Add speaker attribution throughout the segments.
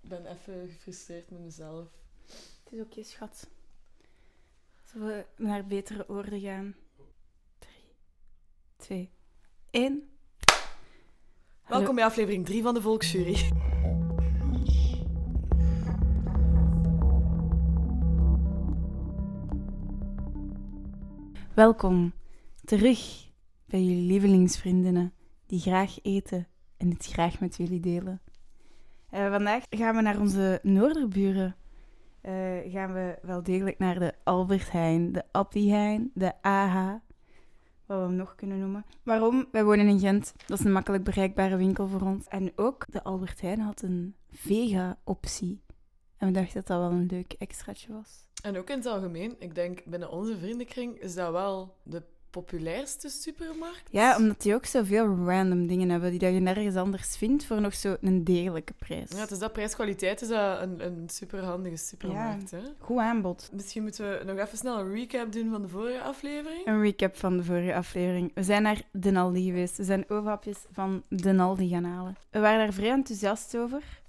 Speaker 1: ben even gefrustreerd met mezelf.
Speaker 2: Het is oké, schat. Zullen we naar betere oorden gaan? Drie, twee, één. Hallo.
Speaker 1: Welkom bij aflevering 3 van de Volksjury.
Speaker 2: Welkom terug bij jullie lievelingsvriendinnen die graag eten en dit graag met jullie delen. Eh, vandaag gaan we naar onze noorderburen. Eh, gaan we wel degelijk naar de Albert Heijn, de Appie Heijn, de AH, wat we hem nog kunnen noemen. Waarom? Wij wonen in Gent. Dat is een makkelijk bereikbare winkel voor ons. En ook de Albert Heijn had een vega-optie. En we dachten dat dat wel een leuk extraatje was.
Speaker 1: En ook in het algemeen, ik denk binnen onze vriendenkring is dat wel de populairste supermarkt.
Speaker 2: Ja, omdat die ook zoveel random dingen hebben die dat je nergens anders vindt voor nog zo'n degelijke prijs.
Speaker 1: Ja, het is dat prijs-kwaliteit is dat een, een superhandige supermarkt. Hè?
Speaker 2: Goed aanbod.
Speaker 1: Misschien moeten we nog even snel een recap doen van de vorige aflevering.
Speaker 2: Een recap van de vorige aflevering. We zijn naar Den Aldi geweest. We zijn overhapjes van Den Aldi gaan halen. We waren daar vrij enthousiast over.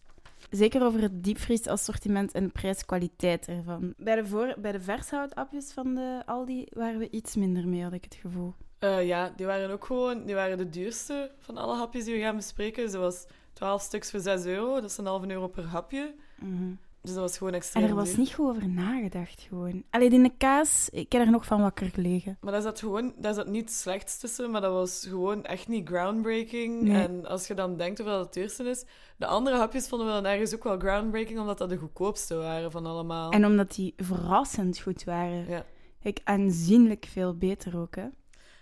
Speaker 2: Zeker over het diepvriesassortiment en de prijs-kwaliteit ervan. Bij de, voor, bij de vershoutapjes van de Aldi waren we iets minder mee, had ik het gevoel.
Speaker 1: Eh, ja, die waren ook gewoon die waren de duurste van alle hapjes die we gaan bespreken. Dus dat was 12 stuks voor 6 euro, dat is een halve euro per hapje.
Speaker 2: Mhm.
Speaker 1: Dus dat was gewoon
Speaker 2: En
Speaker 1: extreem
Speaker 2: er was
Speaker 1: duur.
Speaker 2: niet goed over nagedacht, gewoon. Alleen in de kaas, ik heb er nog van wakker gelegen.
Speaker 1: Maar daar zat gewoon, daar zat niet slechts tussen, maar dat was gewoon echt niet groundbreaking.
Speaker 2: Nee.
Speaker 1: En als je dan denkt hoeveel dat het duurste is, de andere hapjes vonden we dan ergens ook wel groundbreaking, omdat dat de goedkoopste waren van allemaal.
Speaker 2: En omdat die verrassend goed waren.
Speaker 1: Oh. Ja.
Speaker 2: Ik aanzienlijk veel beter ook, hè.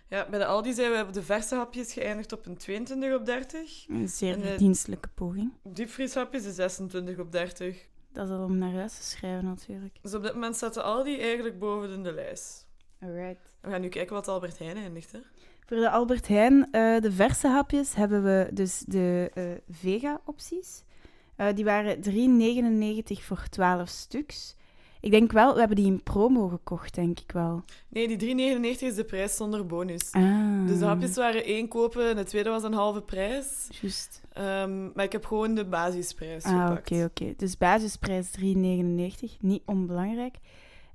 Speaker 1: Ja, bij de Aldi zijn we op de verse hapjes geëindigd op een 22 op 30.
Speaker 2: Een zeer
Speaker 1: En de-
Speaker 2: verdienstelijke poging.
Speaker 1: Diepvrieshapjes de 26 op 30.
Speaker 2: Dat is al om naar huis te schrijven, natuurlijk.
Speaker 1: Dus op dit moment staat de Aldi eigenlijk boven in de lijst.
Speaker 2: Alright.
Speaker 1: We gaan nu kijken wat Albert Heijn eindigt, hè.
Speaker 2: Voor de Albert Heijn, eh, de verse hapjes, hebben we dus de eh, vega-opties. Eh, die waren 3,99 voor 12 stuks. Ik denk wel, we hebben die in promo gekocht, denk ik wel.
Speaker 1: Nee, die 3,99 is de prijs zonder bonus.
Speaker 2: Ah.
Speaker 1: Dus de hapjes waren één kopen en de tweede was een halve prijs.
Speaker 2: Ah, Juist.
Speaker 1: Ehm, maar ik heb gewoon de basisprijs
Speaker 2: Ah, oké,
Speaker 1: gepakt.
Speaker 2: oké. Dus basisprijs 3,99, niet onbelangrijk.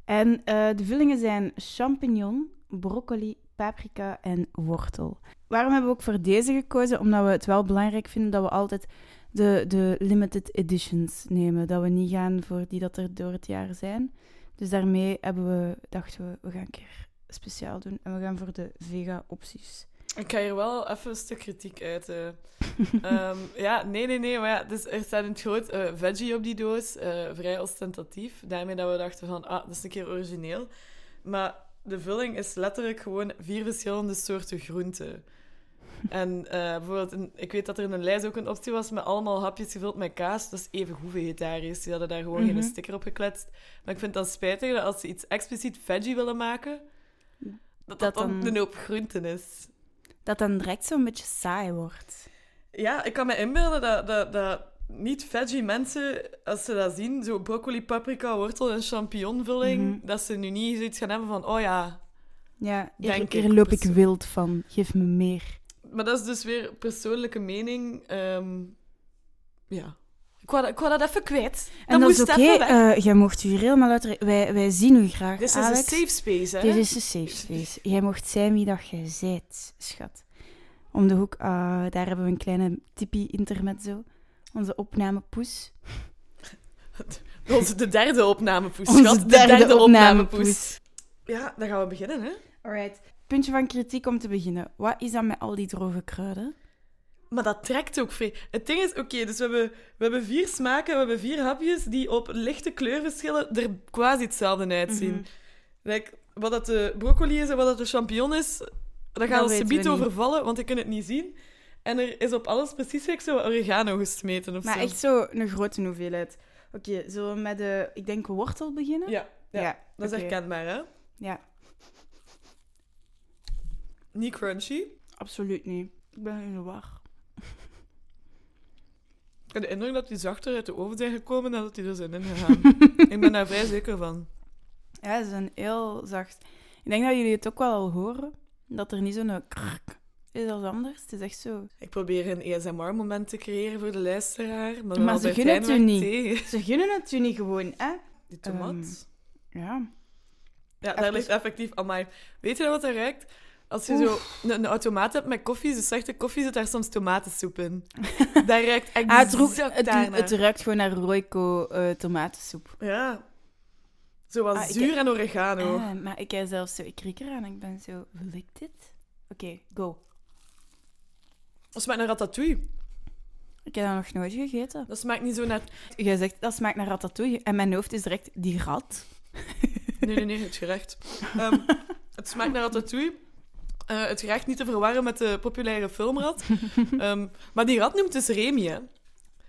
Speaker 2: En eh, de vullingen zijn champignon, broccoli, paprika en wortel. Waarom hebben we ook voor deze gekozen? Omdat we het wel belangrijk vinden dat we altijd de, de limited editions nemen. Dat we niet gaan voor die dat er door het jaar zijn. Dus daarmee hebben we, dachten we, we gaan een keer speciaal doen. En we gaan voor de vega-opties.
Speaker 1: Ik ga hier wel even een stuk kritiek uiten. Ehm, ja, nee, nee, nee. Maar ja, dus er staat in het groot eh, veggie op die doos. eh, vrij ostentatief. Daarmee dat we dachten van, ah, dat is een keer origineel. Maar de vulling is letterlijk gewoon vier verschillende soorten groenten. En eh, bijvoorbeeld, een- ik weet dat er in een lijst ook een optie was met allemaal hapjes gevuld met kaas. Dat is even goed vegetarisch. Die hadden daar gewoon
Speaker 2: Mhm.
Speaker 1: geen sticker op gekletst. Maar ik vind het dan spijtig dat als ze iets expliciet veggie willen maken, dat dat,
Speaker 2: Dat
Speaker 1: dan
Speaker 2: dan-
Speaker 1: een hoop groenten is.
Speaker 2: Dat dan direct zo'n beetje saai wordt.
Speaker 1: Ja, ik kan me inbeelden dat, dat, dat niet-veggie mensen, als ze dat zien, zo broccoli, paprika, wortel en champignonvulling,
Speaker 2: Mhm.
Speaker 1: dat ze nu niet zoiets gaan hebben van, oh ja.
Speaker 2: Ja, hier,
Speaker 1: Denk
Speaker 2: hier
Speaker 1: ik
Speaker 2: loop ik
Speaker 1: persoon-
Speaker 2: wild van. Geef me meer.
Speaker 1: Maar dat is dus weer persoonlijke mening. ehm, ja. Ik wou, dat- ik wou dat even kwijt.
Speaker 2: En dat, is oké.
Speaker 1: even weg.
Speaker 2: eh, jij mocht u hier helemaal uit. Wij, wij zien u graag,
Speaker 1: Dit is een
Speaker 2: Alex.
Speaker 1: safe space, hè?
Speaker 2: Dit is een safe space. Jij mocht zijn wie dat jij zijt, schat. Om de hoek, ah, daar hebben we een kleine tipi intermezzo. Onze opname poes.
Speaker 1: Onze de derde opnamepoes,
Speaker 2: Onze
Speaker 1: schat.
Speaker 2: derde
Speaker 1: opnamepoes.
Speaker 2: opnamepoes.
Speaker 1: Ja, dan gaan we beginnen, hè?
Speaker 2: Alright. Puntje van kritiek om te beginnen. Wat is dat met al die droge kruiden?
Speaker 1: Maar dat trekt ook vrij. Het ding is, oké, dus we hebben, we hebben vier smaken, we hebben vier hapjes die op lichte kleurverschillen er quasi hetzelfde uitzien.
Speaker 2: Mhm.
Speaker 1: Like, wat dat de broccoli is en wat dat de champignon is, dat gaat ons
Speaker 2: weten
Speaker 1: subiet
Speaker 2: we niet.
Speaker 1: overvallen, want ik kan het niet zien. En er is op alles precies gelijk zo oregano gesmeten of
Speaker 2: Maar
Speaker 1: zo.
Speaker 2: echt zo een grote hoeveelheid. Oké, zullen we met de, ik denk, wortel beginnen?
Speaker 1: Ja, ja, dat is
Speaker 2: oké.
Speaker 1: herkenbaar, hè?
Speaker 2: Ja,
Speaker 1: Niet crunchy.
Speaker 2: absoluut niet. Ik ben in de war.
Speaker 1: Ik heb de indruk dat die zachter uit de oven zijn gekomen dan dat die er zijn ingegaan. ik ben daar vrij zeker van.
Speaker 2: Ja, ze zijn heel zacht. Ik denk dat jullie het ook wel al horen, dat er niet zo'n krak is dat anders. Het is echt zo.
Speaker 1: Ik probeer een E ASMR-moment te creëren voor de luisteraar. Maar,
Speaker 2: Maar ze
Speaker 1: Albert
Speaker 2: gunnen het
Speaker 1: Heijn
Speaker 2: u
Speaker 1: werkt
Speaker 2: niet.
Speaker 1: tegen.
Speaker 2: Ze gunnen het u niet gewoon, hè?
Speaker 1: Die tomaat.
Speaker 2: Ehm, Ja.
Speaker 1: ja, daar
Speaker 2: even-
Speaker 1: ligt effectief aan mij. Weet je nou wat dat ruikt? Als je zo een, een automaat hebt met koffie, dus slechte koffie, zit daar soms tomatensoep in. Daar ruikt
Speaker 2: Ah, het,
Speaker 1: exact
Speaker 2: roekt- het,
Speaker 1: daarnaar.
Speaker 2: het ruikt gewoon naar Royco eh, tomatensoep.
Speaker 1: Ja. Zoals
Speaker 2: Ah, ik-
Speaker 1: zuur en oregano.
Speaker 2: Eh, maar ik heb zelfs zo, ik krik eraan en ik ben zo, wil ik dit? Oké, go.
Speaker 1: Dat smaakt naar ratatouille.
Speaker 2: Ik heb dat nog nooit gegeten.
Speaker 1: Dat smaakt niet zo naar...
Speaker 2: Jij zegt, dat smaakt naar ratatouille. En mijn hoofd is direct die rat.
Speaker 1: Nee, nee, nee, het gerecht. Ehm, het smaakt naar ratatouille. Eh, het gerecht niet te verwarren met de populaire filmrat. Ehm, maar die rat noemt dus Remy, hè.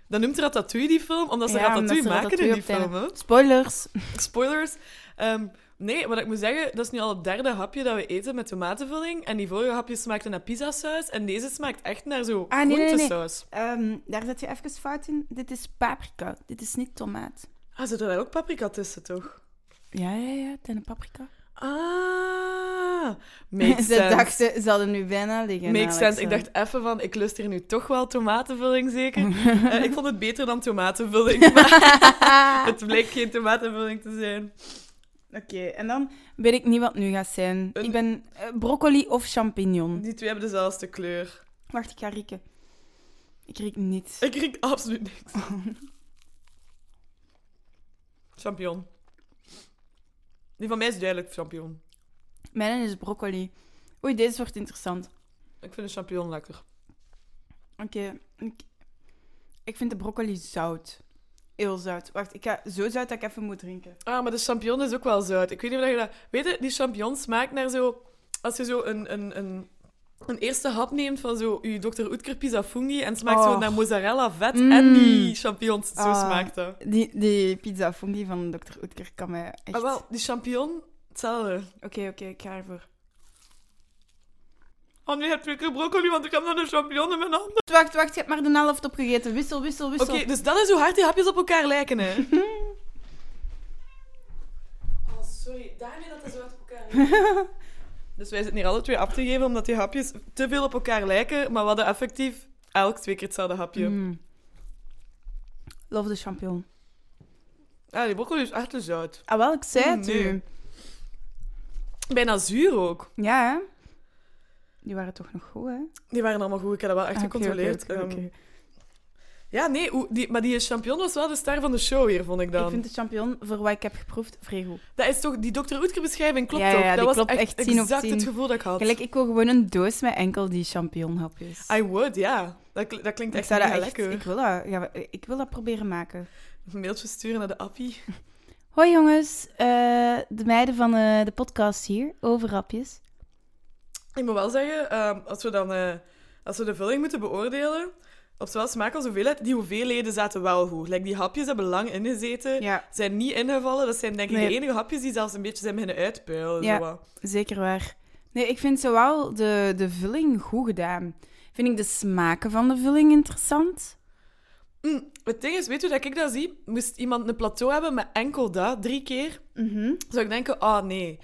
Speaker 1: Dat noemt Ratatouille die film, omdat ze
Speaker 2: Ja, omdat
Speaker 1: Ratatouille
Speaker 2: ze
Speaker 1: maken
Speaker 2: Ratatouille
Speaker 1: in die
Speaker 2: op het
Speaker 1: film. hè.
Speaker 2: Spoilers.
Speaker 1: Spoilers. Ehm, nee, wat ik moet zeggen, dat is nu al het derde hapje dat we eten met tomatenvulling. En die vorige hapjes smaakten naar pizzasaus. En deze smaakt echt naar zo
Speaker 2: Ah, nee, nee, nee.
Speaker 1: groentesaus.
Speaker 2: Ehm, daar zet je even fout in. Dit is paprika. Dit is niet tomaat.
Speaker 1: Ah, zit er daar ook paprika tussen, toch?
Speaker 2: Ja, ja, ja. Het is een paprika.
Speaker 1: Ah,
Speaker 2: ze
Speaker 1: makes sense.
Speaker 2: dachten, nou, ze hadden nu bijna liggen.
Speaker 1: makes
Speaker 2: Alex.
Speaker 1: sense. Ik dacht even van, ik lust hier nu toch wel tomatenvulling zeker. Eh, ik vond het beter dan tomatenvulling, maar het bleek geen tomatenvulling te zijn.
Speaker 2: Oké, en dan weet ik niet wat nu gaat zijn.
Speaker 1: Een-
Speaker 2: Ik ben eh, broccoli of champignon.
Speaker 1: Die twee hebben dezelfde kleur.
Speaker 2: Wacht, ik ga rieken. Ik riek niet.
Speaker 1: Ik riek absoluut niks. Champignon. Die van mij is duidelijk champignon.
Speaker 2: Mijn is broccoli. Oei, deze wordt interessant.
Speaker 1: Ik vind de champignon lekker.
Speaker 2: Oké, ik, ik vind de broccoli zout. Heel zout. Wacht, ik ga zo zout dat ik even moet drinken.
Speaker 1: Ah, maar de champignon is ook wel zout. Ik weet niet of je dat... Weet je, die champignon smaakt naar zo... Als je zo een, een, een, een eerste hap neemt van zo je Dr. Oetker pizza fungi en smaakt zo
Speaker 2: Och.
Speaker 1: naar mozzarella, vet
Speaker 2: Mm.
Speaker 1: en die champignons. Zo
Speaker 2: Ah.
Speaker 1: smaakt dat.
Speaker 2: Die, die pizza fungi van Dr. Oetker kan mij echt...
Speaker 1: Ah, wel, die champignon, hetzelfde.
Speaker 2: Oké, oké, ik ga ervoor.
Speaker 1: Oh, nu heb ik broccoli, want ik heb nog een champignon in mijn hand.
Speaker 2: Wacht, wacht, je hebt maar de helft opgegeten. Wissel, wissel,
Speaker 1: Oké,
Speaker 2: wissel.
Speaker 1: dus dat is hoe hard die hapjes op elkaar lijken, hè. oh, sorry. Daarmee dat ze zo hard op elkaar lijken. dus wij zitten hier alle twee af te geven, omdat die hapjes te veel op elkaar lijken. Maar we hadden effectief elk twee keer hetzelfde hapje.
Speaker 2: Mm. Love de champignon.
Speaker 1: Ja, Ah, die broccoli is echt dus te zout.
Speaker 2: Ah, wel, ik zei
Speaker 1: Mm,
Speaker 2: het
Speaker 1: nee.
Speaker 2: u.
Speaker 1: Bijna zuur ook.
Speaker 2: Ja, hè? Die waren toch nog goed, hè?
Speaker 1: Die waren allemaal goed, ik heb dat wel echt
Speaker 2: Ah, oké, oké,
Speaker 1: gecontroleerd.
Speaker 2: oké, oké.
Speaker 1: Ehm, ja, nee, hoe- die, maar die champignon was wel de ster van de show hier, vond ik dan.
Speaker 2: Ik vind de champignon, voor wat ik heb geproefd, vrij goed.
Speaker 1: Dat is toch, die Dr. Oetker-beschrijving klopt
Speaker 2: Ja, ja,
Speaker 1: toch?
Speaker 2: die
Speaker 1: dat was
Speaker 2: klopt echt tien op
Speaker 1: exact het
Speaker 2: tien.
Speaker 1: gevoel dat ik had.
Speaker 2: Gelijk, ik wil gewoon een doos met enkel die champignonhapjes.
Speaker 1: I would, ja. Dat, kl- dat klinkt
Speaker 2: ik
Speaker 1: echt
Speaker 2: zou dat
Speaker 1: mega
Speaker 2: echt...
Speaker 1: lekker.
Speaker 2: Ik wil dat, ja, ik wil dat proberen maken.
Speaker 1: Een mailtje sturen naar de appie.
Speaker 2: Hoi jongens, eh, de meiden van eh, de podcast hier, over hapjes.
Speaker 1: Ik moet wel zeggen, ehm, als, we dan, eh, als we de vulling moeten beoordelen, op zowel smaak als hoeveelheid, die hoeveelheden zaten wel goed. Like, die hapjes hebben lang ingezeten,
Speaker 2: Ja,
Speaker 1: zijn niet ingevallen. Dat zijn denk ik
Speaker 2: Nee.
Speaker 1: de enige hapjes die zelfs een beetje zijn beginnen uitpuilen.
Speaker 2: Ja.
Speaker 1: zo wat.
Speaker 2: zeker waar. Nee, ik vind zowel de, de vulling goed gedaan. Vind ik de smaken van de vulling interessant?
Speaker 1: Mm, het ding is, weet je hoe dat ik dat zie? Moest iemand een plateau hebben met enkel dat, drie keer,
Speaker 2: Mhm.
Speaker 1: zou ik denken, ah nee.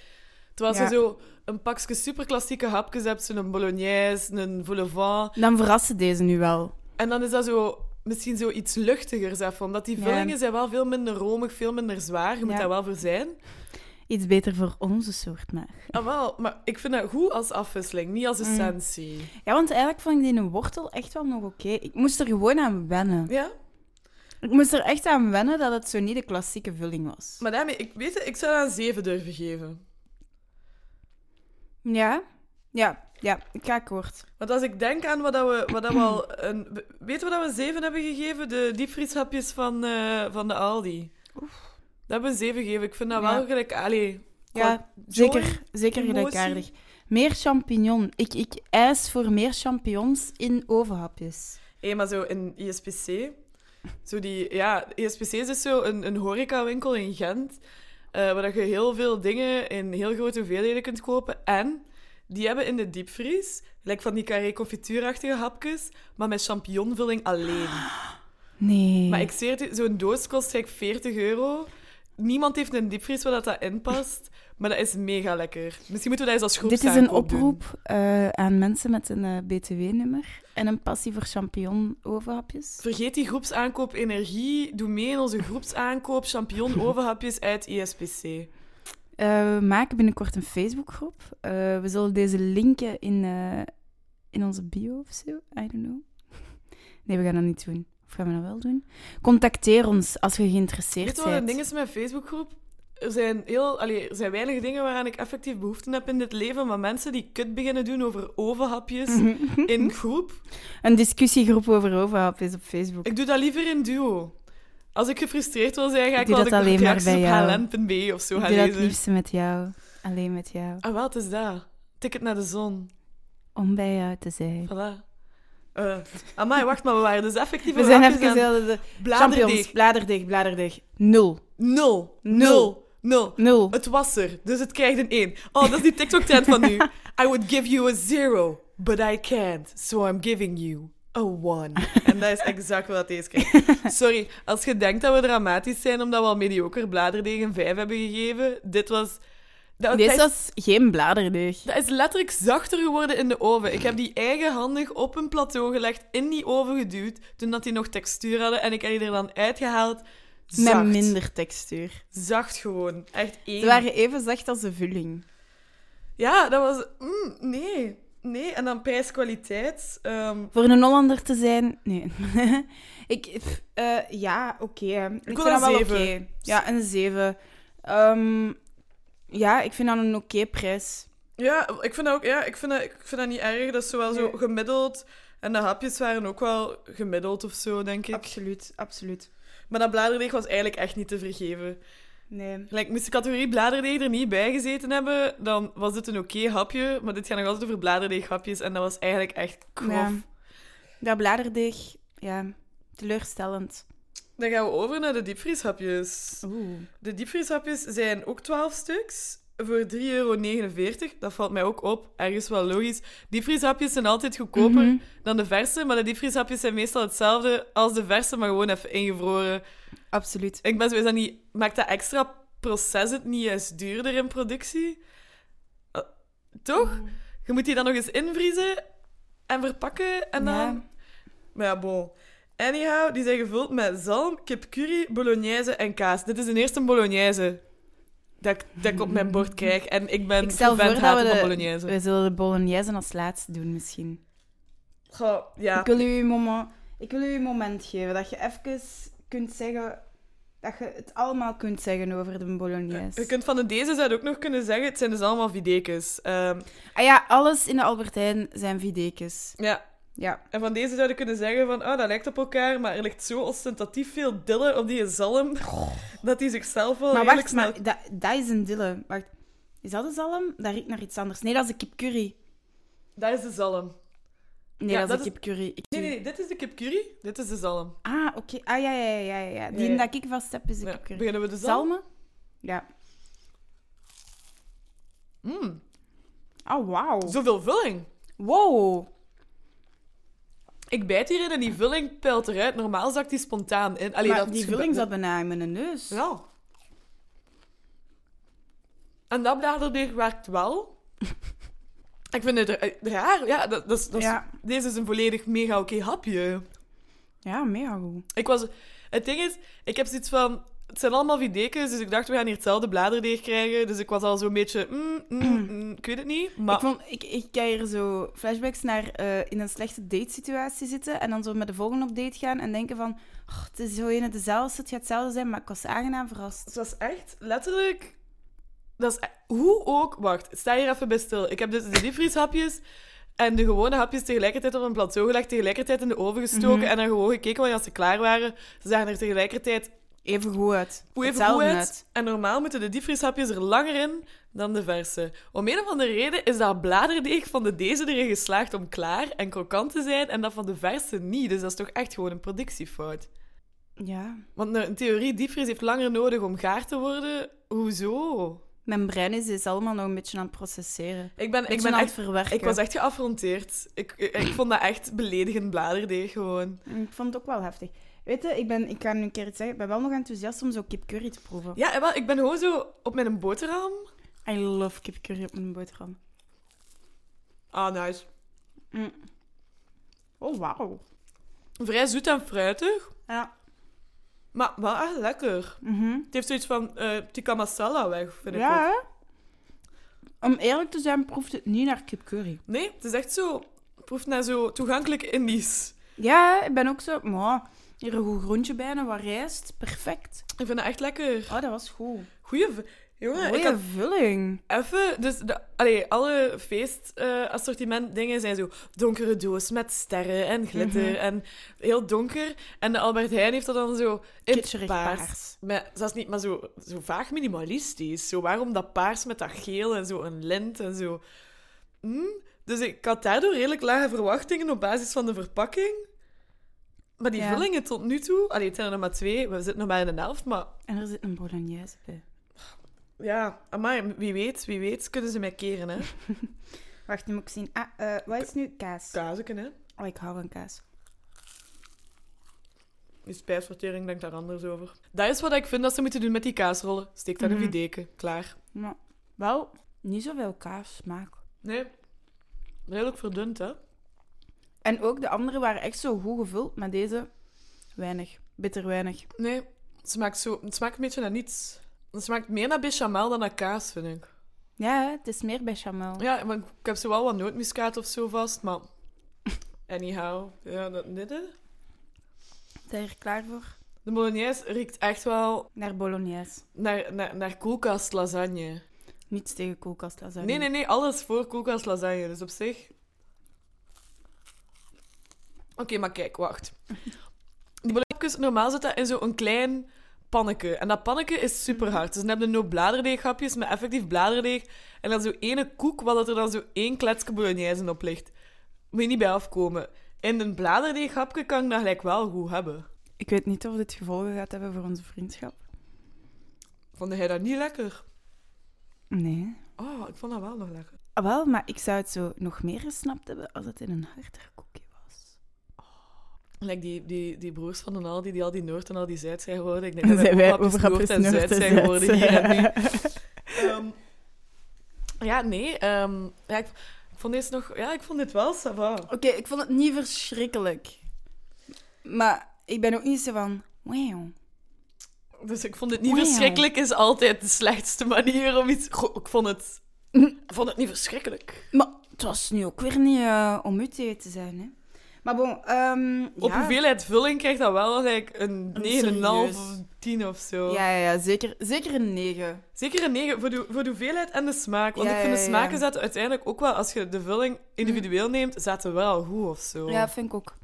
Speaker 1: Terwijl
Speaker 2: Ja.
Speaker 1: ze zo een pakje superklassieke hapjes hebt, zo'n bolognese, een vol au vent.
Speaker 2: Dan verrassen deze nu wel.
Speaker 1: En dan is dat zo misschien zo iets luchtigers even, omdat die
Speaker 2: Ja.
Speaker 1: vullingen zijn wel veel minder romig, veel minder zwaar. Je moet
Speaker 2: Ja.
Speaker 1: daar wel voor zijn.
Speaker 2: Iets beter voor onze soort maag.
Speaker 1: Ah, wel, maar ik vind dat goed als afwisseling, niet
Speaker 2: Mm.
Speaker 1: als essentie.
Speaker 2: Ja, want eigenlijk vond ik die een wortel echt wel nog oké. Ik moest er gewoon aan wennen.
Speaker 1: Ja,
Speaker 2: Ik moest er echt aan wennen dat het zo niet de klassieke vulling was.
Speaker 1: maar daarmee, ik weet het, ik zou dat een 7 durven geven.
Speaker 2: Ja? Ja, ja, ik ga akkoord.
Speaker 1: Want als ik denk aan wat dat we, wat dat we al. Een, weten we dat we een 7 hebben gegeven? De diepvrieshapjes van, eh, van de Aldi. Dat hebben we een 7 gegeven. Ik vind dat
Speaker 2: Ja.
Speaker 1: wel gelijk. Allee,
Speaker 2: Ja,
Speaker 1: qua joy.
Speaker 2: Zeker, zeker
Speaker 1: emotie.
Speaker 2: gelijkaardig. Meer champignon. Ik, ik eis voor meer champignons in ovenhapjes.
Speaker 1: Hé, maar zo in ISPC. Zo die, ja, ISPC is dus zo een, een horecawinkel in Gent. eh, waar dat je heel veel dingen in heel grote hoeveelheden kunt kopen. En die hebben in de diepvries, gelijk van die carré confituurachtige hapjes, maar met champignonvulling alleen.
Speaker 2: Nee.
Speaker 1: Maar ik zweer het u, zo'n doos kost gelijk 40 euro. Niemand heeft een diepvries waar dat, dat in past, maar dat is mega lekker. Misschien moeten we dat eens als groep
Speaker 2: Dit is een
Speaker 1: aankoop doen.
Speaker 2: oproep eh, aan mensen met een eh, BTW-nummer en een passie voor champignon-overhapjes.
Speaker 1: Vergeet die groepsaankoop energie. Doe mee in onze groepsaankoop champignon overhapjes uit E ISPC.
Speaker 2: Eh, we maken binnenkort een Facebookgroep. Eh, we zullen deze linken in, eh, in onze bio of zo. I don't know. Nee, we gaan dat niet doen. Of gaan we dat wel doen? Contacteer ons als je geïnteresseerd
Speaker 1: Weet je wat een
Speaker 2: bent.
Speaker 1: ding is met mijn Facebookgroep? Er zijn, heel, allee, er zijn weinig dingen waaraan ik effectief behoefte heb in dit leven, maar mensen die kut beginnen doen over overhapjes
Speaker 2: Mhm.
Speaker 1: in groep,
Speaker 2: Een discussiegroep over overhapjes op Facebook.
Speaker 1: ik doe dat liever in duo. Als ik gefrustreerd wil zijn, ga
Speaker 2: Ik
Speaker 1: ik
Speaker 2: doe
Speaker 1: wel
Speaker 2: dat
Speaker 1: de
Speaker 2: alleen maar
Speaker 1: reacties
Speaker 2: bij
Speaker 1: op
Speaker 2: jou.
Speaker 1: hln.be of zo
Speaker 2: Ik
Speaker 1: gaan
Speaker 2: doe dat het
Speaker 1: lezen.
Speaker 2: liefste met jou. Alleen met jou.
Speaker 1: Ah, wat is dat? Ticket naar de zon.
Speaker 2: Om bij jou te zijn.
Speaker 1: Voilà. Eh amai, wacht, maar we waren dus effectief
Speaker 2: We zijn
Speaker 1: overhapjes
Speaker 2: even
Speaker 1: aan-
Speaker 2: zelden.
Speaker 1: bladerdeeg.
Speaker 2: bladerdeeg, bladerdeeg. Nul.
Speaker 1: Nul.
Speaker 2: Nul.
Speaker 1: Nul. Nul.
Speaker 2: Nul.
Speaker 1: Het was er, dus het krijgt een 1. Oh, dat is die TikTok-trend van nu. I would give you a zero, but I can't, so I'm giving you a one. En dat is exact wat deze krijgt. Sorry, als je denkt dat we dramatisch zijn omdat we al mediocre bladerdeeg een 5 hebben gegeven, dit was... Dat, dat
Speaker 2: Deze
Speaker 1: is-
Speaker 2: was geen bladerdeeg.
Speaker 1: dat is letterlijk zachter geworden in de oven. Ik heb die eigenhandig op een plateau gelegd, in die oven geduwd, toen dat die nog textuur hadden. En ik heb die er dan uitgehaald. Zacht.
Speaker 2: Met minder textuur.
Speaker 1: Zacht gewoon. Echt één.
Speaker 2: Ze waren even zacht als de vulling.
Speaker 1: Ja, dat was... mm, nee. Nee, en dan prijs-kwaliteit. ehm,
Speaker 2: Voor een Hollander te zijn, nee. ik, pff, eh, ja, oké. hè. Ik,
Speaker 1: wil
Speaker 2: vind
Speaker 1: een
Speaker 2: dat wel oké.
Speaker 1: zeven.
Speaker 2: Ja, een 7. ja, ik vind dat een oké prijs.
Speaker 1: ja, ik vind dat ook... Ja, ik vind dat, ik vind dat niet erg. Dat is zo wel zo
Speaker 2: Nee.
Speaker 1: gemiddeld. En de hapjes waren ook wel gemiddeld of zo, denk ik.
Speaker 2: Absoluut, absoluut.
Speaker 1: Maar dat bladerdeeg was eigenlijk echt niet te vergeven.
Speaker 2: Nee.
Speaker 1: Like, moest de categorie bladerdeeg er niet bij gezeten hebben, dan was dit een oké hapje. Maar dit gaat nog altijd over bladerdeeghapjes. En dat was eigenlijk echt grof.
Speaker 2: Ja. Dat bladerdeeg, ja, teleurstellend.
Speaker 1: Dan gaan we over naar de diepvrieshapjes.
Speaker 2: Oeh.
Speaker 1: De diepvrieshapjes zijn ook 12 stuks voor 3,49 euro. Dat valt mij ook op. Ergens wel logisch. Diepvrieshapjes zijn altijd goedkoper
Speaker 2: Mhm.
Speaker 1: dan de verse, maar de diepvrieshapjes zijn meestal hetzelfde als de verse, maar gewoon even ingevroren.
Speaker 2: Absoluut.
Speaker 1: Ik ben sowieso dat niet... Maakt dat extra proces het niet juist duurder in productie? Eh, toch?
Speaker 2: Mm.
Speaker 1: Je moet die dan nog eens invriezen en verpakken en dan...
Speaker 2: Ja.
Speaker 1: Maar ja, bon. Anyhow, die zijn gevuld met zalm, kipcurry, bolognese en kaas. Dit is de eerste bolognese dat ik, dat ik op mijn bord krijg. En ik ben
Speaker 2: Ik stel
Speaker 1: fervent
Speaker 2: voor dat we
Speaker 1: hater van
Speaker 2: de,
Speaker 1: bolognese.
Speaker 2: we zullen de bolognese als laatste doen misschien.
Speaker 1: Goh, ja.
Speaker 2: Ik, wil u een moment, ik wil u een moment geven dat je even kunt zeggen... Dat je het allemaal kunt zeggen over de bolognese.
Speaker 1: Je kunt van de deze zou je ook nog kunnen zeggen, het zijn dus allemaal videkes. Ehm,
Speaker 2: Ah ja, alles in de Albert Heijn zijn videkes.
Speaker 1: ja,
Speaker 2: Ja.
Speaker 1: en van deze zou je kunnen zeggen van, oh, dat lijkt op elkaar, maar er ligt zo ostentatief veel dillen op die zalm, dat die zichzelf wel
Speaker 2: maar
Speaker 1: redelijk
Speaker 2: wacht,
Speaker 1: Oh, snel...
Speaker 2: maar dat, dat is een dille. Wacht. Is dat een zalm? Dat riekt naar iets anders. Nee, dat is de kipcurry.
Speaker 1: Dat is de zalm.
Speaker 2: Nee,
Speaker 1: Ja,
Speaker 2: dat is
Speaker 1: dat
Speaker 2: de
Speaker 1: is-
Speaker 2: kipcurry. Ik-
Speaker 1: Nee, nee, nee, dit is de kipcurry, dit is de zalm.
Speaker 2: Ah, oké. Ah, ja, ja, ja, ja, ja. Die
Speaker 1: Ja, ja.
Speaker 2: dat ik vast heb, is de
Speaker 1: Ja,
Speaker 2: kipcurry.
Speaker 1: beginnen we de zalm?
Speaker 2: Zalmen? Ja.
Speaker 1: Mm,
Speaker 2: Ah, wauw.
Speaker 1: zoveel vulling.
Speaker 2: Wow.
Speaker 1: Ik bijt hierin en die vulling pijlt eruit. Normaal zakt die spontaan in. Allee,
Speaker 2: Maar
Speaker 1: dat
Speaker 2: die
Speaker 1: is
Speaker 2: vulling
Speaker 1: gebe-
Speaker 2: zat bijna in mijn neus.
Speaker 1: Ja. En dat bladerdeeg werkt wel. Ik vind het ra- raar. Ja, dat, dat is, dat is-
Speaker 2: Ja.
Speaker 1: Deze is een volledig mega oké hapje.
Speaker 2: Ja, mega goed.
Speaker 1: Ik was... Het ding is, ik heb zoiets van... Het zijn allemaal videkens, dus ik dacht, we gaan hier hetzelfde bladerdeeg krijgen. Dus ik was al zo'n beetje... mm, mm, mm, ik weet het niet, maar...
Speaker 2: Ik, vond, ik, ik krijg hier zo flashbacks naar eh, in een slechte datesituatie zitten en dan zo met de volgende op date gaan en denken van, "Oh, het is zo in het dezelfde, het gaat hetzelfde zijn, maar ik was aangenaam verrast.
Speaker 1: Het was echt letterlijk. Dat is, e- hoe ook. Wacht, sta hier even bij stil. Ik heb dus de diepvrieshapjes en de gewone hapjes tegelijkertijd op een plateau gelegd, tegelijkertijd in de oven gestoken en dan gewoon gekeken wanneer ze klaar waren. Ze zagen er tegelijkertijd
Speaker 2: Even goed uit.
Speaker 1: hoe even
Speaker 2: Hetzelfde
Speaker 1: goed uit.
Speaker 2: uit.
Speaker 1: En normaal moeten de diepvrieshapjes er langer in dan de verse. Om een of andere reden is dat bladerdeeg van de deze erin geslaagd om klaar en krokant te zijn en dat van de verse niet. Dus dat is toch echt gewoon een productiefout.
Speaker 2: Ja.
Speaker 1: Want in theorie, diepvries heeft langer nodig om gaar te worden. Hoezo?
Speaker 2: Mijn brein is dit allemaal nog een beetje aan het processeren.
Speaker 1: Ik ben, ik
Speaker 2: Beetje
Speaker 1: ben
Speaker 2: aan het
Speaker 1: echt...
Speaker 2: verwerken.
Speaker 1: Ik was echt geaffronteerd. Ik, ik, ik vond dat echt beledigend bladerdeeg gewoon.
Speaker 2: Ik Mm, vond het ook wel heftig. Weet je, ik, ben, ik kan nu een keer iets zeggen, ik ben wel nog enthousiast om zo kipcurry te proeven.
Speaker 1: Ja, en wel, ik ben gewoon zo op mijn boterham.
Speaker 2: I love kipcurry op mijn boterham.
Speaker 1: Ah, nice.
Speaker 2: Mm. Oh, wauw.
Speaker 1: Vrij zoet en fruitig,
Speaker 2: Ja.
Speaker 1: maar wel echt lekker.
Speaker 2: mhm.
Speaker 1: Het heeft zoiets van eh tikka masala weg, vind ik ook.
Speaker 2: Ja, hè? Om eerlijk te zijn, proeft het niet naar kipcurry.
Speaker 1: Nee, het is echt zo... het proeft naar zo toegankelijk Indisch.
Speaker 2: Ja, hè, ik ben ook zo... Maar, hier een goed groentje bij en wat rijst. Perfect.
Speaker 1: Ik vind dat echt lekker.
Speaker 2: Oh, dat was goed.
Speaker 1: Goeie... v- Jongen, ik
Speaker 2: Mooie
Speaker 1: had
Speaker 2: vulling.
Speaker 1: Even, dus de, allee, alle feestassortiment dingen zijn zo donkere doos met sterren en glitter
Speaker 2: Mhm.
Speaker 1: en heel donker. En de Albert Heijn heeft dat dan zo in het
Speaker 2: Kitscherig
Speaker 1: paars.
Speaker 2: paars.
Speaker 1: Maar, zelfs niet, maar zo, zo vaag minimalistisch. Zo, waarom dat paars met dat geel en zo een lint en zo. Hm? Dus ik had daardoor redelijk lage verwachtingen op basis van de verpakking. Maar die
Speaker 2: Ja.
Speaker 1: vullingen tot nu toe... Allee, het zijn er nog maar twee. We zitten nog maar in de helft, maar...
Speaker 2: En er zit een bolognese bij.
Speaker 1: Ja, maar wie weet, wie weet kunnen ze mij keren, hè.
Speaker 2: Wacht, nu moet ik zien. Ah, eh, wat is nu? Kaas.
Speaker 1: Kazen, hè.
Speaker 2: Oh, ik hou van kaas.
Speaker 1: Die spijsvertering denkt daar anders over. Dat is wat ik vind dat ze moeten doen met die kaasrollen. Steek dat in die
Speaker 2: Mhm.
Speaker 1: deken. Klaar.
Speaker 2: Maar wel, niet zoveel kaas smaak.
Speaker 1: Nee. Redelijk verdund, hè?
Speaker 2: En ook de andere waren echt zo goed gevuld, maar deze weinig. Bitter weinig.
Speaker 1: Nee. Het smaakt, zo, het smaakt een beetje naar niets. Het smaakt meer naar bechamel dan naar kaas, vind ik.
Speaker 2: Ja, hè, het is meer bechamel.
Speaker 1: Ja, maar ik ik heb zo wel wat nootmuskaat of zo vast, maar... Anyhow. Ja, dat dit, hè.
Speaker 2: Zijn je er klaar voor?
Speaker 1: De bolognese riekt echt wel
Speaker 2: Naar bolognese.
Speaker 1: naar, naar, naar koelkast lasagne.
Speaker 2: Niets tegen koelkast lasagne.
Speaker 1: Nee, nee, nee. Alles voor koelkast lasagne. Dus op zich... Oké, maar kijk, wacht. Die bolletjes, normaal zit dat in zo'n klein panneke. En dat panneke is super hard. Dus dan heb je no bladerdeeghapjes, maar effectief bladerdeeg. En dan zo ene koek, wat dat er dan zo één kletske bolognese op ligt. Moet je niet bij afkomen. In een bladerdeeghapje kan ik dat gelijk wel goed hebben.
Speaker 2: Ik weet niet of dit gevolgen gaat hebben voor onze vriendschap.
Speaker 1: Vond jij dat niet lekker?
Speaker 2: Nee.
Speaker 1: Oh, ik vond dat wel nog lekker.
Speaker 2: Ah, Wel, maar ik zou het zo nog meer gesnapt hebben als het in een harder koekje was.
Speaker 1: Like die, die, die broers van Donald, die, die al die Noord en al die Zuid zijn geworden. Ik denk
Speaker 2: Dan
Speaker 1: dat
Speaker 2: zijn wij
Speaker 1: overhapjes
Speaker 2: overhapjes
Speaker 1: dus Noord en Zuid zijn geworden hier en nu. Ehm, ja, nee. ehm, ja, ik, ik vond deze nog... Ja, ik vond dit wel, ça va.
Speaker 2: Oké, ik vond het niet verschrikkelijk. Maar ik ben ook niet zo van... Wauw.
Speaker 1: Dus ik vond het niet
Speaker 2: Wauw.
Speaker 1: verschrikkelijk is altijd de slechtste manier om iets... Goh, ik vond het... Ik vond het niet verschrikkelijk.
Speaker 2: Maar het was nu ook weer niet eh, om u tegen te zijn, hè. Maar bon, ehm
Speaker 1: Op
Speaker 2: ja.
Speaker 1: hoeveelheid vulling krijgt dat wel eigenlijk een 9,5 of
Speaker 2: serieus.
Speaker 1: 10 of zo.
Speaker 2: Ja, ja, ja zeker, zeker een 9.
Speaker 1: Zeker een 9 voor de, voor de hoeveelheid en de smaak. Want
Speaker 2: Ja,
Speaker 1: ik vind
Speaker 2: ja,
Speaker 1: de
Speaker 2: ja. Mm.
Speaker 1: smaken zaten uiteindelijk ook wel, als je de vulling individueel neemt, zaten wel goed of zo.
Speaker 2: Ja, vind ik ook.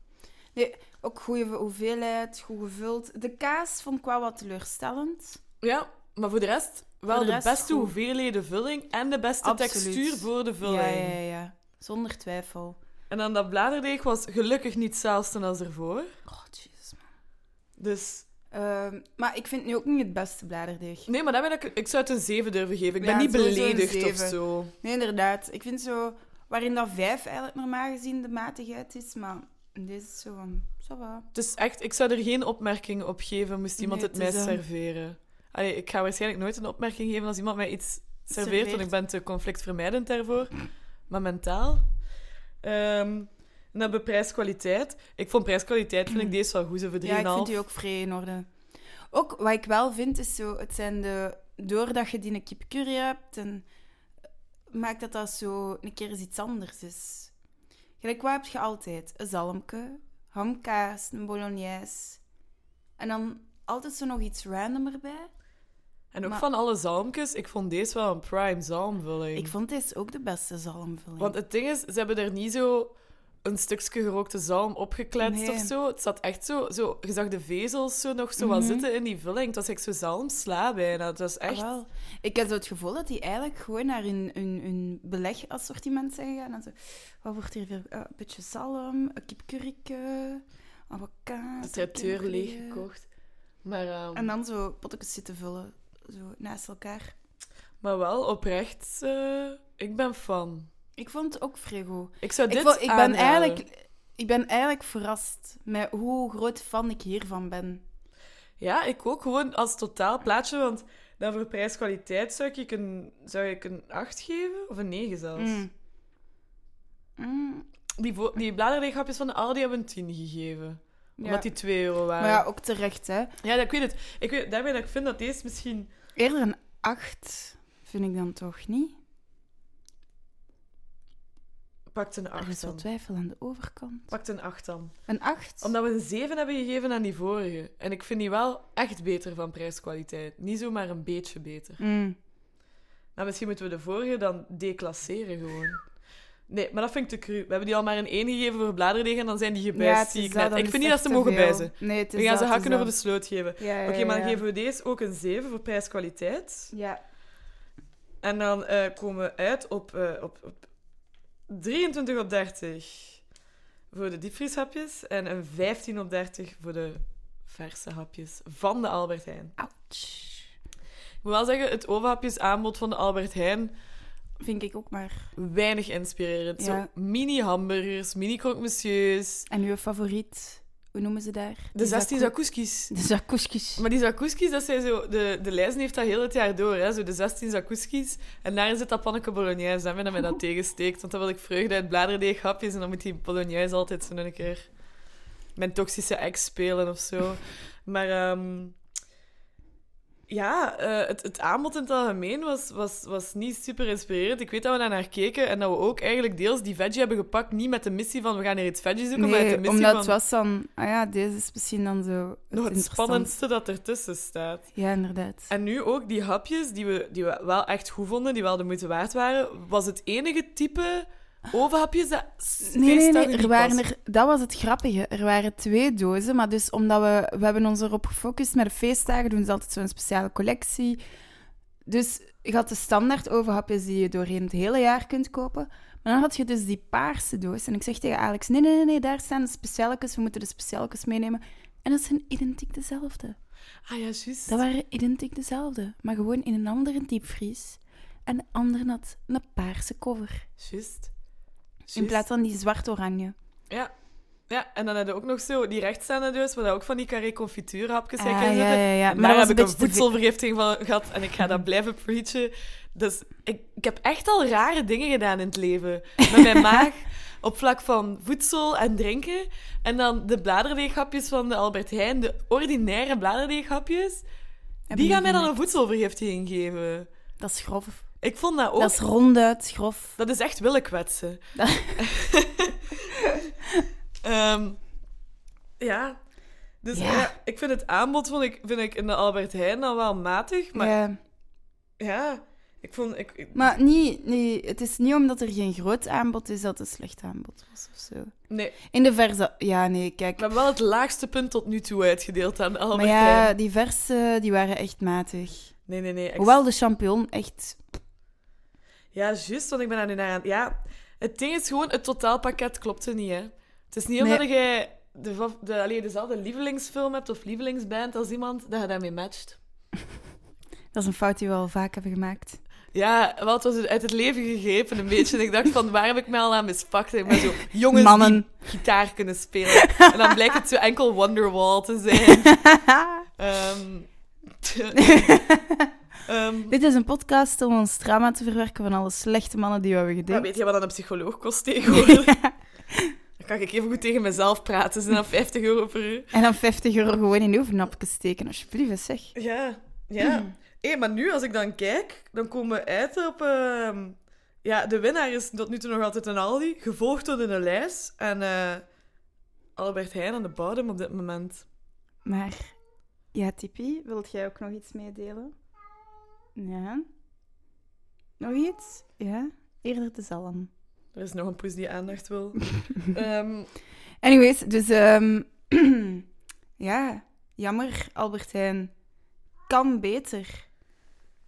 Speaker 2: Nee, ook goede hoeveelheid, goed gevuld. De kaas vond ik wel wat teleurstellend.
Speaker 1: Ja, maar voor de rest wel
Speaker 2: Voor
Speaker 1: de,
Speaker 2: de rest
Speaker 1: beste
Speaker 2: goed.
Speaker 1: hoeveelheden vulling en de beste
Speaker 2: Absoluut.
Speaker 1: textuur voor de vulling.
Speaker 2: Ja, ja, ja. Zonder twijfel.
Speaker 1: En dan dat bladerdeeg was gelukkig niet hetzelfde als ervoor.
Speaker 2: Oh, jezus. man.
Speaker 1: Dus
Speaker 2: Ehm, maar ik vind het nu ook niet het beste bladerdeeg.
Speaker 1: nee, maar daar ben ik, ik zou het een 7 durven geven. Ik ben
Speaker 2: Ja,
Speaker 1: niet
Speaker 2: sowieso een
Speaker 1: beledigd of
Speaker 2: zeven.
Speaker 1: zo.
Speaker 2: Nee, inderdaad. Ik vind zo... Waarin dat 5 eigenlijk normaal gezien de matigheid is, maar deze is zo van... Ça va.
Speaker 1: Dus echt, ik zou er geen opmerking op geven moest iemand
Speaker 2: Nee,
Speaker 1: het mij
Speaker 2: het is, ehm,
Speaker 1: serveren. Allee, ik ga waarschijnlijk nooit een opmerking geven als iemand mij iets serveert, want ik
Speaker 2: Serveert.
Speaker 1: ben te conflictvermijdend daarvoor. Maar mentaal. Ehm en dan bij prijs-kwaliteit. Ik vond prijs-kwaliteit, vind ik deze wel goed, zo voor 3,5.
Speaker 2: Mm. Ja, ik vind die ook vrij in orde. Ook wat ik wel vind is zo, het zijn de doordat je die een kipcurry hebt, en maakt dat dat zo een keer eens iets anders is. Gelijk, wat heb je altijd? Een zalmke, hamkaas, een bolognese. En dan altijd zo nog iets random erbij.
Speaker 1: En ook
Speaker 2: Maar-
Speaker 1: van alle zalmjes, ik vond deze wel een prime zalmvulling.
Speaker 2: Ik vond deze ook de beste zalmvulling.
Speaker 1: Want het ding is, ze hebben er niet zo een stukje gerookte zalm opgekletst
Speaker 2: Nee.
Speaker 1: of zo. Het zat echt zo, zo, je zag de vezels zo nog zo wat
Speaker 2: Mhm.
Speaker 1: zitten in die vulling. Het was echt zo zalmsla bijna. Het was echt...
Speaker 2: Ah, wel. Ik heb zo het gevoel dat die eigenlijk gewoon naar hun, hun, hun belegassortiment zijn gegaan. En zo, wat wordt hier veel? Eh, een beetje zalm, een kipcurrike, een wat kaas.
Speaker 1: de tracteur
Speaker 2: een
Speaker 1: leeg
Speaker 2: curry.
Speaker 1: gekocht. Maar, ehm,
Speaker 2: eh, En dan zo potjes zitten vullen, zo naast elkaar.
Speaker 1: maar wel oprecht, eh, ik ben fan.
Speaker 2: Ik vond het ook vrij goed.
Speaker 1: Ik zou
Speaker 2: Ik,
Speaker 1: dit
Speaker 2: vond- ik ben
Speaker 1: aanraden.
Speaker 2: eigenlijk Ik ben eigenlijk verrast met hoe groot fan ik hiervan ben.
Speaker 1: Ja, ik ook. Gewoon als totaal plaatje, want dan voor prijs-kwaliteit zou ik een, zou ik een 8 geven, of een 9 zelfs.
Speaker 2: Mm. Mm,
Speaker 1: Die, vo- die bladerdeeghapjes van de Aldi hebben een 10 gegeven.
Speaker 2: ja.
Speaker 1: Omdat die 2 euro waren.
Speaker 2: Maar ja, ook terecht, hè.
Speaker 1: Ja, dat- ik weet het. Ik weet, daarmee dat ik vind dat deze misschien...
Speaker 2: Eerder een 8 vind ik dan toch niet.
Speaker 1: Pakt een
Speaker 2: Er
Speaker 1: 8
Speaker 2: is wel
Speaker 1: dan.
Speaker 2: twijfel aan de overkant.
Speaker 1: Pakt een 8 dan.
Speaker 2: Een 8?
Speaker 1: Omdat we een 7 hebben gegeven aan die vorige. En ik vind die wel echt beter van prijs-kwaliteit. Niet zomaar een beetje beter.
Speaker 2: Mm.
Speaker 1: Maar misschien moeten we de vorige dan declasseren gewoon. Nee, maar dat vind ik te cru. We hebben die al maar een 1 gegeven voor bladerdeeg en dan zijn die
Speaker 2: Ja,
Speaker 1: gebijst
Speaker 2: het
Speaker 1: die
Speaker 2: is
Speaker 1: ik
Speaker 2: dat,
Speaker 1: net...
Speaker 2: dan
Speaker 1: Ik
Speaker 2: is
Speaker 1: vind niet
Speaker 2: het
Speaker 1: dat ze
Speaker 2: echt
Speaker 1: mogen
Speaker 2: te veel.
Speaker 1: bijzen.
Speaker 2: Nee, het is
Speaker 1: We gaan
Speaker 2: dat,
Speaker 1: ze
Speaker 2: het is
Speaker 1: hakken over de
Speaker 2: dat.
Speaker 1: sloot geven. Oké,
Speaker 2: Ja, ja,
Speaker 1: maar
Speaker 2: ja,
Speaker 1: dan
Speaker 2: ja.
Speaker 1: geven we deze ook een 7 voor prijs-kwaliteit.
Speaker 2: Ja.
Speaker 1: En dan eh, komen we uit op, eh, op, op 23 op 30 voor de diepvrieshapjes en een 15 op 30 voor de verse hapjes van de Albert Heijn.
Speaker 2: Ouch.
Speaker 1: Ik moet wel zeggen, het overhapjes aanbod van de Albert Heijn,
Speaker 2: Vind ik ook maar.
Speaker 1: weinig inspirerend.
Speaker 2: Ja.
Speaker 1: Zo mini-hamburgers, mini-croque monsieurs,
Speaker 2: En uw favoriet? Hoe noemen ze daar?
Speaker 1: de 16
Speaker 2: zakoe-
Speaker 1: zakouskis.
Speaker 2: De zakoeskjes.
Speaker 1: Maar die zakuskis, dat zijn zo... De, de lijst heeft dat heel het jaar door, hè. Zo de 16 zakuskis. En daarin zit dat panneke bolognese. En dat mij dat tegensteekt. Want dan wil ik vreugde uit bladerdeeg, hapjes. En dan moet die bolognese altijd zo een keer... Mijn toxische ex spelen of zo. Maar... ehm, ja, eh, het, het aanbod in het algemeen was, was, was niet super inspirerend. Ik weet dat we daar naar keken en dat we ook eigenlijk deels die veggie hebben gepakt. Niet met de missie van we gaan hier iets veggie zoeken, maar met de
Speaker 2: Nee,
Speaker 1: missie
Speaker 2: omdat
Speaker 1: van
Speaker 2: het was dan... Ah ja, deze is misschien dan zo... het
Speaker 1: nog het
Speaker 2: interessant-
Speaker 1: spannendste dat ertussen staat.
Speaker 2: Ja, inderdaad.
Speaker 1: En nu ook die hapjes die we, die we wel echt goed vonden, die wel de moeite waard waren, was het enige type ovenhapjes dat
Speaker 2: Nee, nee, nee.
Speaker 1: feestdagen
Speaker 2: Er
Speaker 1: niet
Speaker 2: waren
Speaker 1: past.
Speaker 2: er, dat was het grappige. Er waren twee dozen, maar dus omdat we... We hebben ons erop gefocust met de feestdagen, doen ze altijd zo'n speciale collectie. Dus je had de standaard overhapjes die je doorheen het hele jaar kunt kopen. Maar dan had je dus die paarse doos. En ik zeg tegen Alex, nee, nee, nee, nee daar staan de specialekes. We moeten de specialekes meenemen. En dat zijn identiek dezelfde.
Speaker 1: Ah ja, juist.
Speaker 2: Dat waren identiek dezelfde, maar gewoon in een andere diepvries. En de andere had een paarse cover.
Speaker 1: Juist.
Speaker 2: In
Speaker 1: Juist.
Speaker 2: plaats van die zwart-oranje.
Speaker 1: Ja. Ja, en dan hadden we ook nog zo die rechtstaande dus, waar dat ook van die carré confituurhapjes
Speaker 2: Ah,
Speaker 1: in
Speaker 2: ja, ja,
Speaker 1: zitten.
Speaker 2: ja.
Speaker 1: En
Speaker 2: Maar
Speaker 1: daar
Speaker 2: dat
Speaker 1: heb ik
Speaker 2: was een
Speaker 1: een
Speaker 2: beetje te veel.
Speaker 1: voedselvergiftiging van gehad en ik ga dat blijven preachen. Dus ik, ik heb echt al rare dingen gedaan in het leven. Met mijn maag, op vlak van voedsel en drinken. En dan de bladerdeeghapjes van de Albert Heijn, de ordinaire bladerdeeghapjes. Die gaan mij dan een voedselvergiftiging geven.
Speaker 2: Dat is grof.
Speaker 1: Ik vond dat ook...
Speaker 2: Dat is ronduit grof.
Speaker 1: Dat is echt willen kwetsen.
Speaker 2: Dat-
Speaker 1: Ehm, ja. Dus
Speaker 2: Ja.
Speaker 1: ja, ik vind het aanbod vond ik, vind ik in de Albert Heijn dan wel matig. Maar ja,
Speaker 2: Ja.
Speaker 1: ik vond... Ik, ik-
Speaker 2: Maar niet, nee, het is niet omdat er geen groot aanbod is dat het een slecht aanbod was of zo.
Speaker 1: nee,
Speaker 2: In de verse... Ja, nee, kijk.
Speaker 1: we hebben wel het laagste punt tot nu toe uitgedeeld aan de
Speaker 2: Maar
Speaker 1: Albert
Speaker 2: ja,
Speaker 1: Heijn.
Speaker 2: die verse die waren echt matig.
Speaker 1: Nee, nee, nee. ex-
Speaker 2: Hoewel de champignon echt...
Speaker 1: Ja, juist, want ik ben daar nu naar aan... Ja, het ding is gewoon, het totaalpakket klopte niet, hè. Het is niet
Speaker 2: Nee.
Speaker 1: omdat jij de, va- de, allee, dezelfde lievelingsfilm hebt of lievelingsband als iemand, dat je daarmee matcht.
Speaker 2: Dat is een fout die we al vaak hebben gemaakt.
Speaker 1: Ja, wat was het uit het leven gegrepen een beetje. En ik dacht van, waar heb ik mij al aan mispakt? Ik ben zo, jongens
Speaker 2: Mannen.
Speaker 1: die gitaar kunnen spelen. En dan blijkt het zo enkel Wonderwall te zijn. Ehm, ehm,
Speaker 2: Dit is een podcast om ons trauma te verwerken van alle slechte mannen die we hebben
Speaker 1: maar
Speaker 2: gedeeld.
Speaker 1: weet je wat dan een psycholoog kost tegenwoordig? Dan kan ik even goed tegen mezelf praten. Ze zijn dan 50 euro per uur.
Speaker 2: En dan 50 euro gewoon in overnapjes steken, alsjeblieft, zeg.
Speaker 1: Ja, ja. Hé, maar nu, als ik dan kijk, dan komen we uit op... ehm, ja, de winnaar is tot nu toe nog altijd een Aldi, gevolgd door een lijst. En eh, Albert Heijn aan de bodem op dit moment.
Speaker 2: Maar, ja, Tipi, wilt jij ook nog iets meedelen? Ja. Nog iets? Ja. Eerder de zalm.
Speaker 1: Er is nog een poes die aandacht wil. Ehm,
Speaker 2: Anyways, dus ehm, ja, jammer, Albertijn. Kan beter.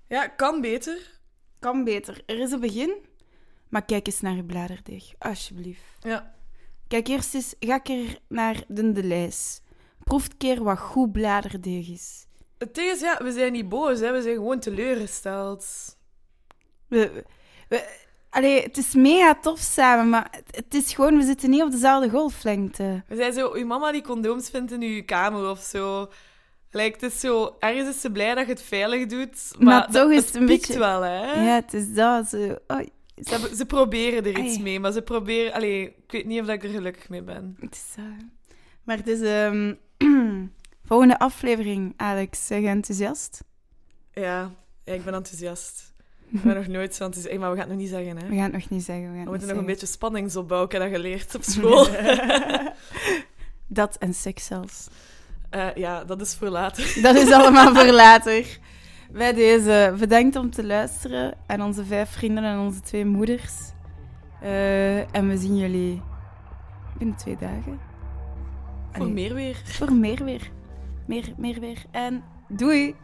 Speaker 1: ja, kan beter.
Speaker 2: Kan beter. Er is een begin, maar kijk eens naar je bladerdeeg, alsjeblieft.
Speaker 1: Ja.
Speaker 2: Kijk eerst eens, ga keer naar de de lijst. Proef een keer wat goed bladerdeeg is.
Speaker 1: Het ding is, ja, we zijn niet boos, hè. we zijn gewoon teleurgesteld.
Speaker 2: We, we, Allee, het is mega tof samen, maar het, het is gewoon, we zitten niet op dezelfde golflengte.
Speaker 1: We zijn zo, uw mama die condooms vindt in uw kamer of zo. Lijkt het is zo, ergens is ze blij dat je het veilig doet. Maar,
Speaker 2: Maar toch
Speaker 1: dat-
Speaker 2: is
Speaker 1: dat
Speaker 2: het een
Speaker 1: piekt
Speaker 2: beetje-
Speaker 1: wel, hè?
Speaker 2: Ja, het is dat. Zo. Oh, Oei,
Speaker 1: Ze, hebben- ze proberen er iets
Speaker 2: Ai.
Speaker 1: mee, maar ze proberen... Allee, ik weet niet of ik er gelukkig mee ben.
Speaker 2: het is dat. Maar het is... ehm, volgende aflevering, Alex. Zijn je enthousiast?
Speaker 1: Ja, ja, ik ben enthousiast. Ik ben nog nooit zo enthousiast. Hey, maar we gaan het nog niet zeggen, hè?
Speaker 2: We gaan het nog niet zeggen. We, gaan
Speaker 1: We
Speaker 2: het
Speaker 1: moeten nog
Speaker 2: niet
Speaker 1: een beetje spanningsopbouw ik heb dat geleerd op school.
Speaker 2: zeggen. dat en seks zelfs.
Speaker 1: Eh, ja, dat is voor later.
Speaker 2: Dat is allemaal voor later. Bij deze, bedankt om te luisteren. En onze vijf vrienden en onze twee moeders. Eh, en we zien jullie binnen twee dagen.
Speaker 1: Voor
Speaker 2: Allee,
Speaker 1: meer weer.
Speaker 2: Voor meer weer. Meer, meer weer. En doei!